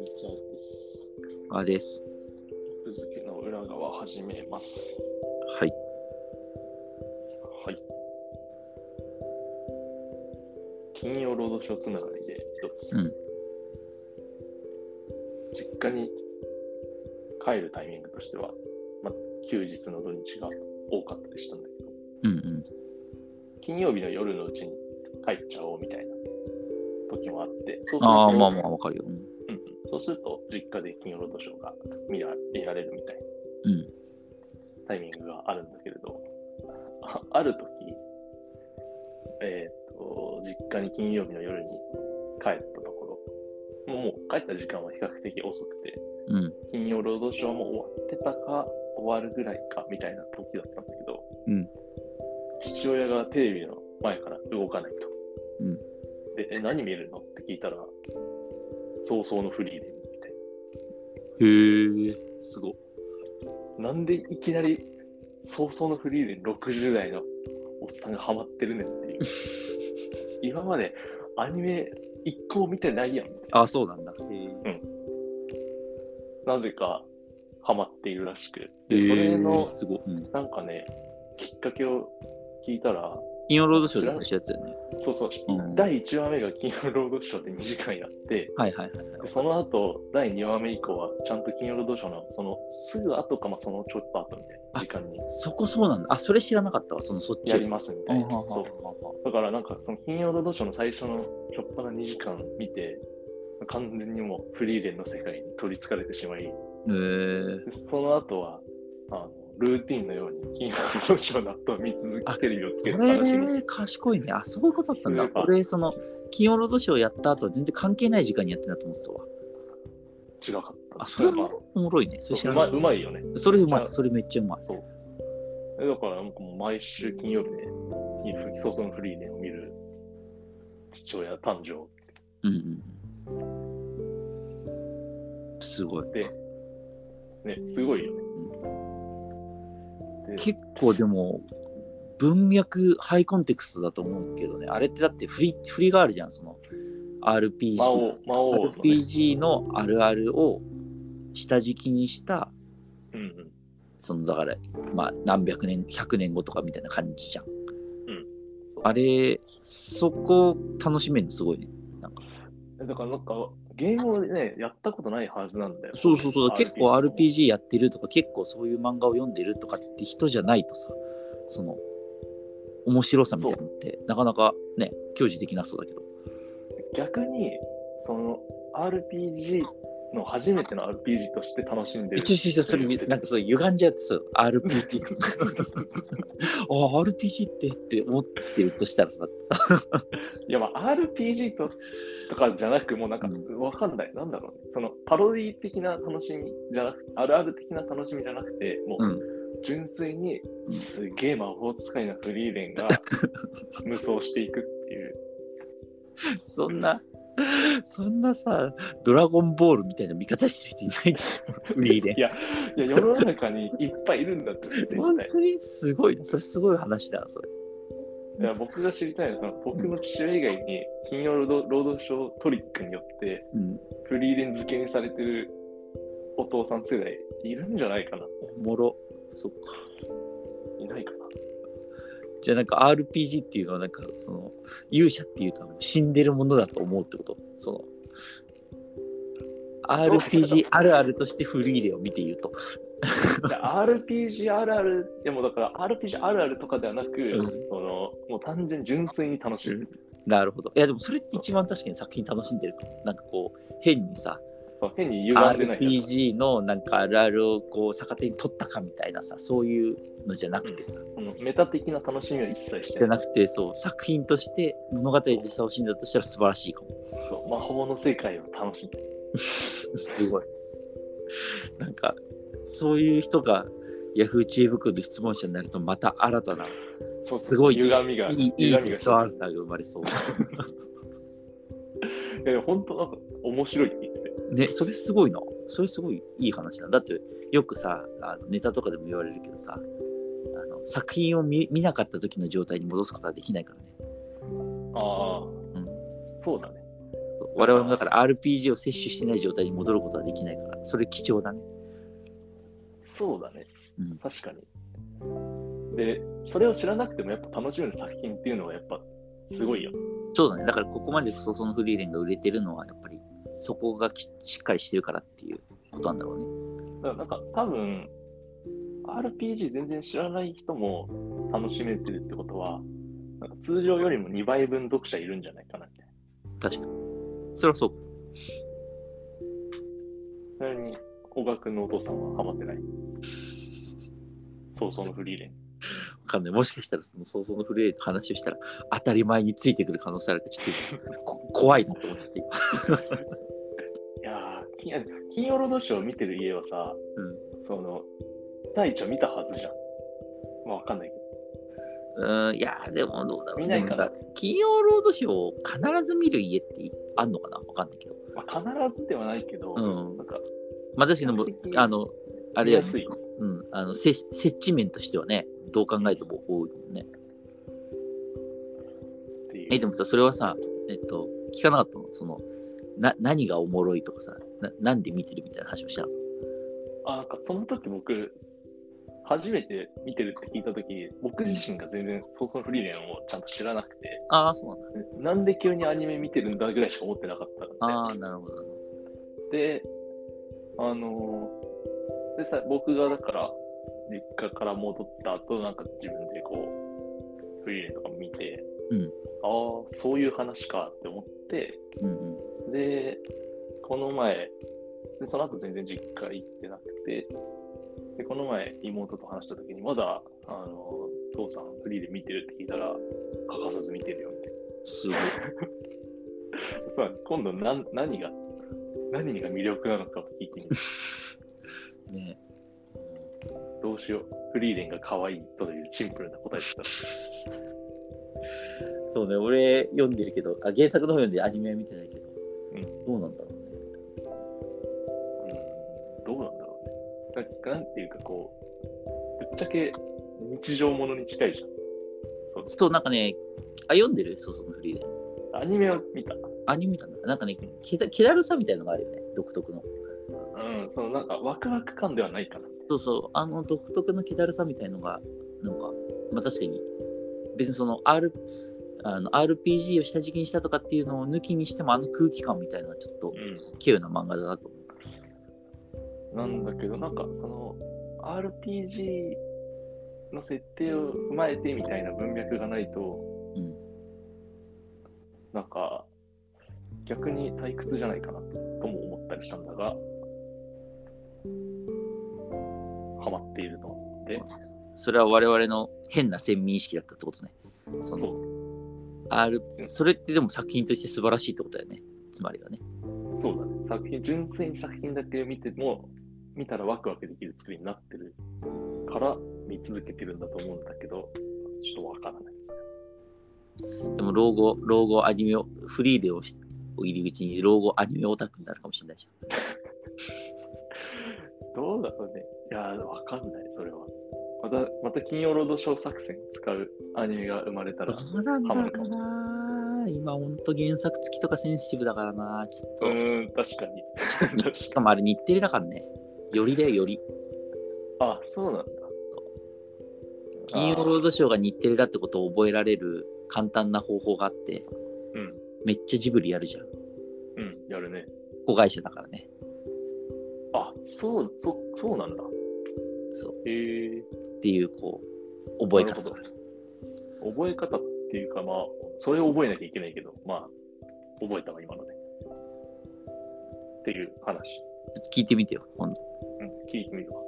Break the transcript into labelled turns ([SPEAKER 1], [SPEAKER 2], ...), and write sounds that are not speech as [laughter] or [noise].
[SPEAKER 1] ミキアです。
[SPEAKER 2] あです。
[SPEAKER 1] ぶ付けの裏側始めます。
[SPEAKER 2] はい。
[SPEAKER 1] はい。金曜ロードショーつながりで一つ。
[SPEAKER 2] うん
[SPEAKER 1] 実家に帰るタイミングとしては、まあ、休日の土日が多かったりしたんだけど、
[SPEAKER 2] うんうん。
[SPEAKER 1] 金曜日の夜のうちに帰っちゃおうみたいな時もあって、そうすると
[SPEAKER 2] ああ、まあまあ、わかるよ。うん
[SPEAKER 1] うんうんそうすると、実家で金曜ロードショーが見られるみたいな。
[SPEAKER 2] うん。
[SPEAKER 1] タイミングがあるんだけれど、 [laughs] あある時、えっ、と、実家に金曜日の夜に帰ったところ、もう帰った時間は比較的遅くて、
[SPEAKER 2] うん。
[SPEAKER 1] 金曜ロードショーも終わってたか、終わるぐらいかみたいな時だったんだけど、
[SPEAKER 2] うん
[SPEAKER 1] 父親がテレビの前から動かないと。
[SPEAKER 2] うん
[SPEAKER 1] で、え、何見るのって聞いたら、早々のフリーで見て、
[SPEAKER 2] へえ、すご。
[SPEAKER 1] なんでいきなり早々のフリーで60代のおっさんがハマってるねんって
[SPEAKER 2] [laughs]
[SPEAKER 1] いう。今までアニメ一個も見てないやんみたい
[SPEAKER 2] あそうなんだ。へ
[SPEAKER 1] な。なぜかハマっているらしく。
[SPEAKER 2] え。
[SPEAKER 1] でそれの
[SPEAKER 2] すご。うん。
[SPEAKER 1] なんかね、きっかけを聞いたら、
[SPEAKER 2] 金曜ロードショーで話したやつだよね。
[SPEAKER 1] そうそう、
[SPEAKER 2] うん
[SPEAKER 1] 第1話目が金曜ロードショーで2時間やって、
[SPEAKER 2] はいはいはいはい
[SPEAKER 1] で。その後、第2話目以降は、ちゃんと金曜ロードショーの、その、すぐ後か、まあ、そのちょっと後みたいな時間に
[SPEAKER 2] そこそうなんだ。あ、それ知らなかったわ。そのそっち。
[SPEAKER 1] やりますみたいな。
[SPEAKER 2] うん
[SPEAKER 1] そう。だからなんかその金曜ロードショーの最初の初っ端2時間見て完全にもうフリーレンの世界に取りつかれてしまい
[SPEAKER 2] へえ。
[SPEAKER 1] でその後はあのルーティンのように金曜ロードショーの後を見続けテレビをつける
[SPEAKER 2] こ
[SPEAKER 1] 話に
[SPEAKER 2] れ、賢いね。あ、そういうことだったん
[SPEAKER 1] ス
[SPEAKER 2] だ。
[SPEAKER 1] ーパー
[SPEAKER 2] 俺、その、金曜ロードショーやった後は全然関係ない時間にやってたと思ってたわ。
[SPEAKER 1] 違かった
[SPEAKER 2] あ、それ
[SPEAKER 1] ま
[SPEAKER 2] はおもろいね。それ知
[SPEAKER 1] そう
[SPEAKER 2] ら
[SPEAKER 1] う
[SPEAKER 2] な
[SPEAKER 1] ま
[SPEAKER 2] い
[SPEAKER 1] いうまいよね
[SPEAKER 2] それうまい。それめっちゃうまい。
[SPEAKER 1] そうでだからなんかもう毎週金曜日で早々のフリーレンを見る父親誕生
[SPEAKER 2] うんうんうん。すごい。
[SPEAKER 1] ねすごいよねで
[SPEAKER 2] 結構でも文脈ハイコンテクストだと思うけどねあれってだって振り振りがあるじゃんその RPG
[SPEAKER 1] 魔王魔王の、ね
[SPEAKER 2] RPG のあるあるを下敷きにした
[SPEAKER 1] うんうん、
[SPEAKER 2] そのだからまあ何百年100年後とかみたいな感じじゃん
[SPEAKER 1] そう
[SPEAKER 2] あれそこ楽しめるのすごいね
[SPEAKER 1] えだからなんかゲームをねやったことないはずなんだよ
[SPEAKER 2] そうそうそう結構
[SPEAKER 1] RPG
[SPEAKER 2] RPG やってるとか結構そういう漫画を読んでるとかって人じゃないとさその面白さみたいなのってなかなかね享受できなそうだけど
[SPEAKER 1] 逆にその RPG の初めての RPG として楽しんでる
[SPEAKER 2] 一応一応それ見てなんかそう歪んじゃってそう
[SPEAKER 1] [laughs]
[SPEAKER 2] RPG あ RPG ってって思ってるとしたらさだってさ
[SPEAKER 1] いやまあ RPG ととかじゃなくもうなんか
[SPEAKER 2] うん
[SPEAKER 1] わかんないなんだろうねそのパロディ的な楽しみじゃなくてあるある的な楽しみじゃなくても
[SPEAKER 2] うん
[SPEAKER 1] う純粋にすげえ魔法使いなフリー
[SPEAKER 2] [laughs]
[SPEAKER 1] レンが無双していくっていう
[SPEAKER 2] そんなそんなさドラゴンボールみたいな見方してる人いないでしょフリーレン
[SPEAKER 1] いやいや世の中にいっぱいいるんだ
[SPEAKER 2] [laughs]
[SPEAKER 1] って絶対
[SPEAKER 2] 本当にすごいなそれすごい話だなそれ
[SPEAKER 1] いや僕が知りたいのはその僕の父親以外に金曜ロードロードショートリックによって
[SPEAKER 2] うん
[SPEAKER 1] フリーレン付けにされてるお父さん世代いるんじゃないかな
[SPEAKER 2] おもろそっか
[SPEAKER 1] いないか
[SPEAKER 2] じゃあなんか RPG っていうのはなんかその勇者っていうのは死んでるものだと思うってことその RPG あるあるとしてフリーレンを見ていると。
[SPEAKER 1] ないや RPG あるあるでもだから RPG あるあるとかではなく、
[SPEAKER 2] ん
[SPEAKER 1] そのもう単純に純粋に楽しむ、
[SPEAKER 2] なるほど。いやでもそれって一番確かに作品楽しんでるかも。なんかこう変にさ、
[SPEAKER 1] そう変に歪んでないやつ
[SPEAKER 2] RPG のなんかあるあるをこう逆手に取ったかみたいなさ、そういうのじゃなくてさ、
[SPEAKER 1] そのメタ的な楽しみは一切して
[SPEAKER 2] じゃ
[SPEAKER 1] ない
[SPEAKER 2] なくてそう作品として物語として楽しんだとしたら素晴らしいか
[SPEAKER 1] [laughs]
[SPEAKER 2] も。
[SPEAKER 1] そう魔法の世界を楽しむ
[SPEAKER 2] すごい。なんかそういう人が Yahoo 知恵袋の質問者になるとまた新たな
[SPEAKER 1] そう
[SPEAKER 2] すごい
[SPEAKER 1] 歪みが
[SPEAKER 2] いいいい
[SPEAKER 1] 歪み
[SPEAKER 2] ベ
[SPEAKER 1] が
[SPEAKER 2] ストアンサーが生まれそう。
[SPEAKER 1] いやでも本当なんか面白いって言ってて
[SPEAKER 2] ね、それすごいな。それすごいいい話なんだだって、よくさ、あのネタとかでも言われるけどさ、あの作品を見見なかった時の状態に戻すことはできないからね。
[SPEAKER 1] ああ、
[SPEAKER 2] うん
[SPEAKER 1] そうだね。
[SPEAKER 2] そう我々もだから RPG を摂取してない状態に戻ることはできないから、それ貴重だね。
[SPEAKER 1] そうだね。
[SPEAKER 2] うん
[SPEAKER 1] 確かに。で、それを知らなくてもやっぱ楽しめる作品っていうのはやっぱすごいよ。
[SPEAKER 2] そうだね。だからここまでソソのフリーレンが売れてるのは、やっぱりそこがきしっかりしてるからっていうことなんだろうね。
[SPEAKER 1] だからなんか多分、RPG 全然知らない人も楽しめてるってことは、なんか通常よりも2倍分読者いるんじゃないかなみたいな。
[SPEAKER 2] 確かに。それはそうか。
[SPEAKER 1] ちなみに、小川君のお父さんはハマってない。そうそうのフリーレン。
[SPEAKER 2] わかんない。もしかしたらそのソソのフリーレンの話をしたら、当たり前についてくる可能性あるから、ちょっとこ怖いなと思っちゃって今。
[SPEAKER 1] いやー金、金曜ロードショーを見てる家はさ、その、第一話見たはずじゃん。まあわかんないけど。
[SPEAKER 2] うん。うん、いやー、でもどうだろう。
[SPEAKER 1] 見ないかな
[SPEAKER 2] でもん金曜ロードショーを必ず見る家ってあんのかなわかんないけど。
[SPEAKER 1] まあ、必ずではないけど、
[SPEAKER 2] うん
[SPEAKER 1] なんか、
[SPEAKER 2] まあ、確かにもう
[SPEAKER 1] 比較的
[SPEAKER 2] あの、あれ
[SPEAKER 1] 見
[SPEAKER 2] や
[SPEAKER 1] やすい。
[SPEAKER 2] うん、あの接接地面としてはね、どう考えても多いもんね。
[SPEAKER 1] っていう。
[SPEAKER 2] え、でもさ、それはさ、えっと、聞かなかったのその、な、何がおもろいとかさ、な、なんで見てるみたいな話をしたの
[SPEAKER 1] あ、なんかその時僕、初めて見てるって聞いた時、僕自身が全然ソースのフリーレンをちゃんと知らなくて、
[SPEAKER 2] ああ、そうなんだ。
[SPEAKER 1] なんで急にアニメ見てるんだぐらいしか思ってなかったの
[SPEAKER 2] ああ、なるほどなるほ
[SPEAKER 1] で、で、あのーでさ、僕がだから、実家から戻った後、なんか自分でこう、フリーレンとか見て、
[SPEAKER 2] うん
[SPEAKER 1] ああ、そういう話かって思って、
[SPEAKER 2] ど。うんうん。
[SPEAKER 1] で、この前、でその後全然実家行ってなくて、で、この前妹と話した時に、まだ、あの、父さんフリーで見てるって聞いたら、欠かさず見てるよみたい
[SPEAKER 2] すごい。
[SPEAKER 1] な。そうだね今度何、何が、何が魅力なのかを聞いてみる。
[SPEAKER 2] ね
[SPEAKER 1] どうしよう。フリーレンが可愛いというシンプルな答えでした。
[SPEAKER 2] そうね、俺読んでるけど、あ原作の方読んでアニメは見てないけど、
[SPEAKER 1] うん
[SPEAKER 2] どうなんだろうね。
[SPEAKER 1] うん、どうなんだろうね。ななんていうかこう、ぶっちゃけ日常ものに近いじ
[SPEAKER 2] そう、なんかね、あ、読んでるそうそう、フリーレン。
[SPEAKER 1] ゃん。アニメは見た。
[SPEAKER 2] アニメ見たんだ。なんかね、けだ気だるさみたいなのがあるよね、独特の。
[SPEAKER 1] うん、そのなんかワクワク感ではないかな。
[SPEAKER 2] そうそう、あの独特の気だるさみたいのが、なんか、まあ確かに、別にその R あの RPG を下敷きにしたとかっていうのを抜きにしても、あの空気感みたいのはちょっと、
[SPEAKER 1] うん
[SPEAKER 2] 稀有な漫画だなと思う。
[SPEAKER 1] なんだけど、なんかその RPG の設定を踏まえてみたいな文脈がないと、
[SPEAKER 2] うん
[SPEAKER 1] なんか逆に退屈じゃないかなとも思ったりしたんだが、ハマっているので、
[SPEAKER 2] それは我々の変な先民意識だったってことね。その
[SPEAKER 1] そ
[SPEAKER 2] R、それってでも作品として素晴らしいってことだよね。つまりはね。
[SPEAKER 1] そうだね、作品、純粋に作品だけ見ても、見たらワクワクできる作りになってるから見続けてるんだと思うんだけど、ちょっとわからない。
[SPEAKER 2] でも老後、老後アニメを、フリーレンをしを入り口に老後アニメオタクになるかもしれないじ
[SPEAKER 1] どうだろうね。いやー、わかんない、それは。また、また金曜ロードショー作戦使うアニメが生まれた
[SPEAKER 2] ゃん。ど
[SPEAKER 1] ら。
[SPEAKER 2] うなん
[SPEAKER 1] ハ
[SPEAKER 2] だろ
[SPEAKER 1] マ
[SPEAKER 2] う
[SPEAKER 1] るか
[SPEAKER 2] な今ほんと原作付きとかセンシティブだからなちょっ
[SPEAKER 1] う
[SPEAKER 2] と。
[SPEAKER 1] ーん、確か
[SPEAKER 2] [laughs]
[SPEAKER 1] に。確かに
[SPEAKER 2] しかもあれ日テレだからね。よりだよ、より。
[SPEAKER 1] あ、そうなんだ。
[SPEAKER 2] 金曜ロードショーが日テレだってことを覚えられる簡単な方法があって、
[SPEAKER 1] うん、
[SPEAKER 2] めっちゃジブリやるじゃん。
[SPEAKER 1] うん、やるね。
[SPEAKER 2] 子会社だからね。
[SPEAKER 1] あ、そう、そ、そうなんだ。
[SPEAKER 2] そう。
[SPEAKER 1] へえ。
[SPEAKER 2] っていう、こう、覚え
[SPEAKER 1] なる
[SPEAKER 2] 方
[SPEAKER 1] ほ。ど覚え方っていうか、まあ、それを覚えなきゃいけないけど、まあ、覚えたわ、今ので。っていう話。
[SPEAKER 2] 聞いてみてよ、今度。
[SPEAKER 1] うん、聞いてみるわ。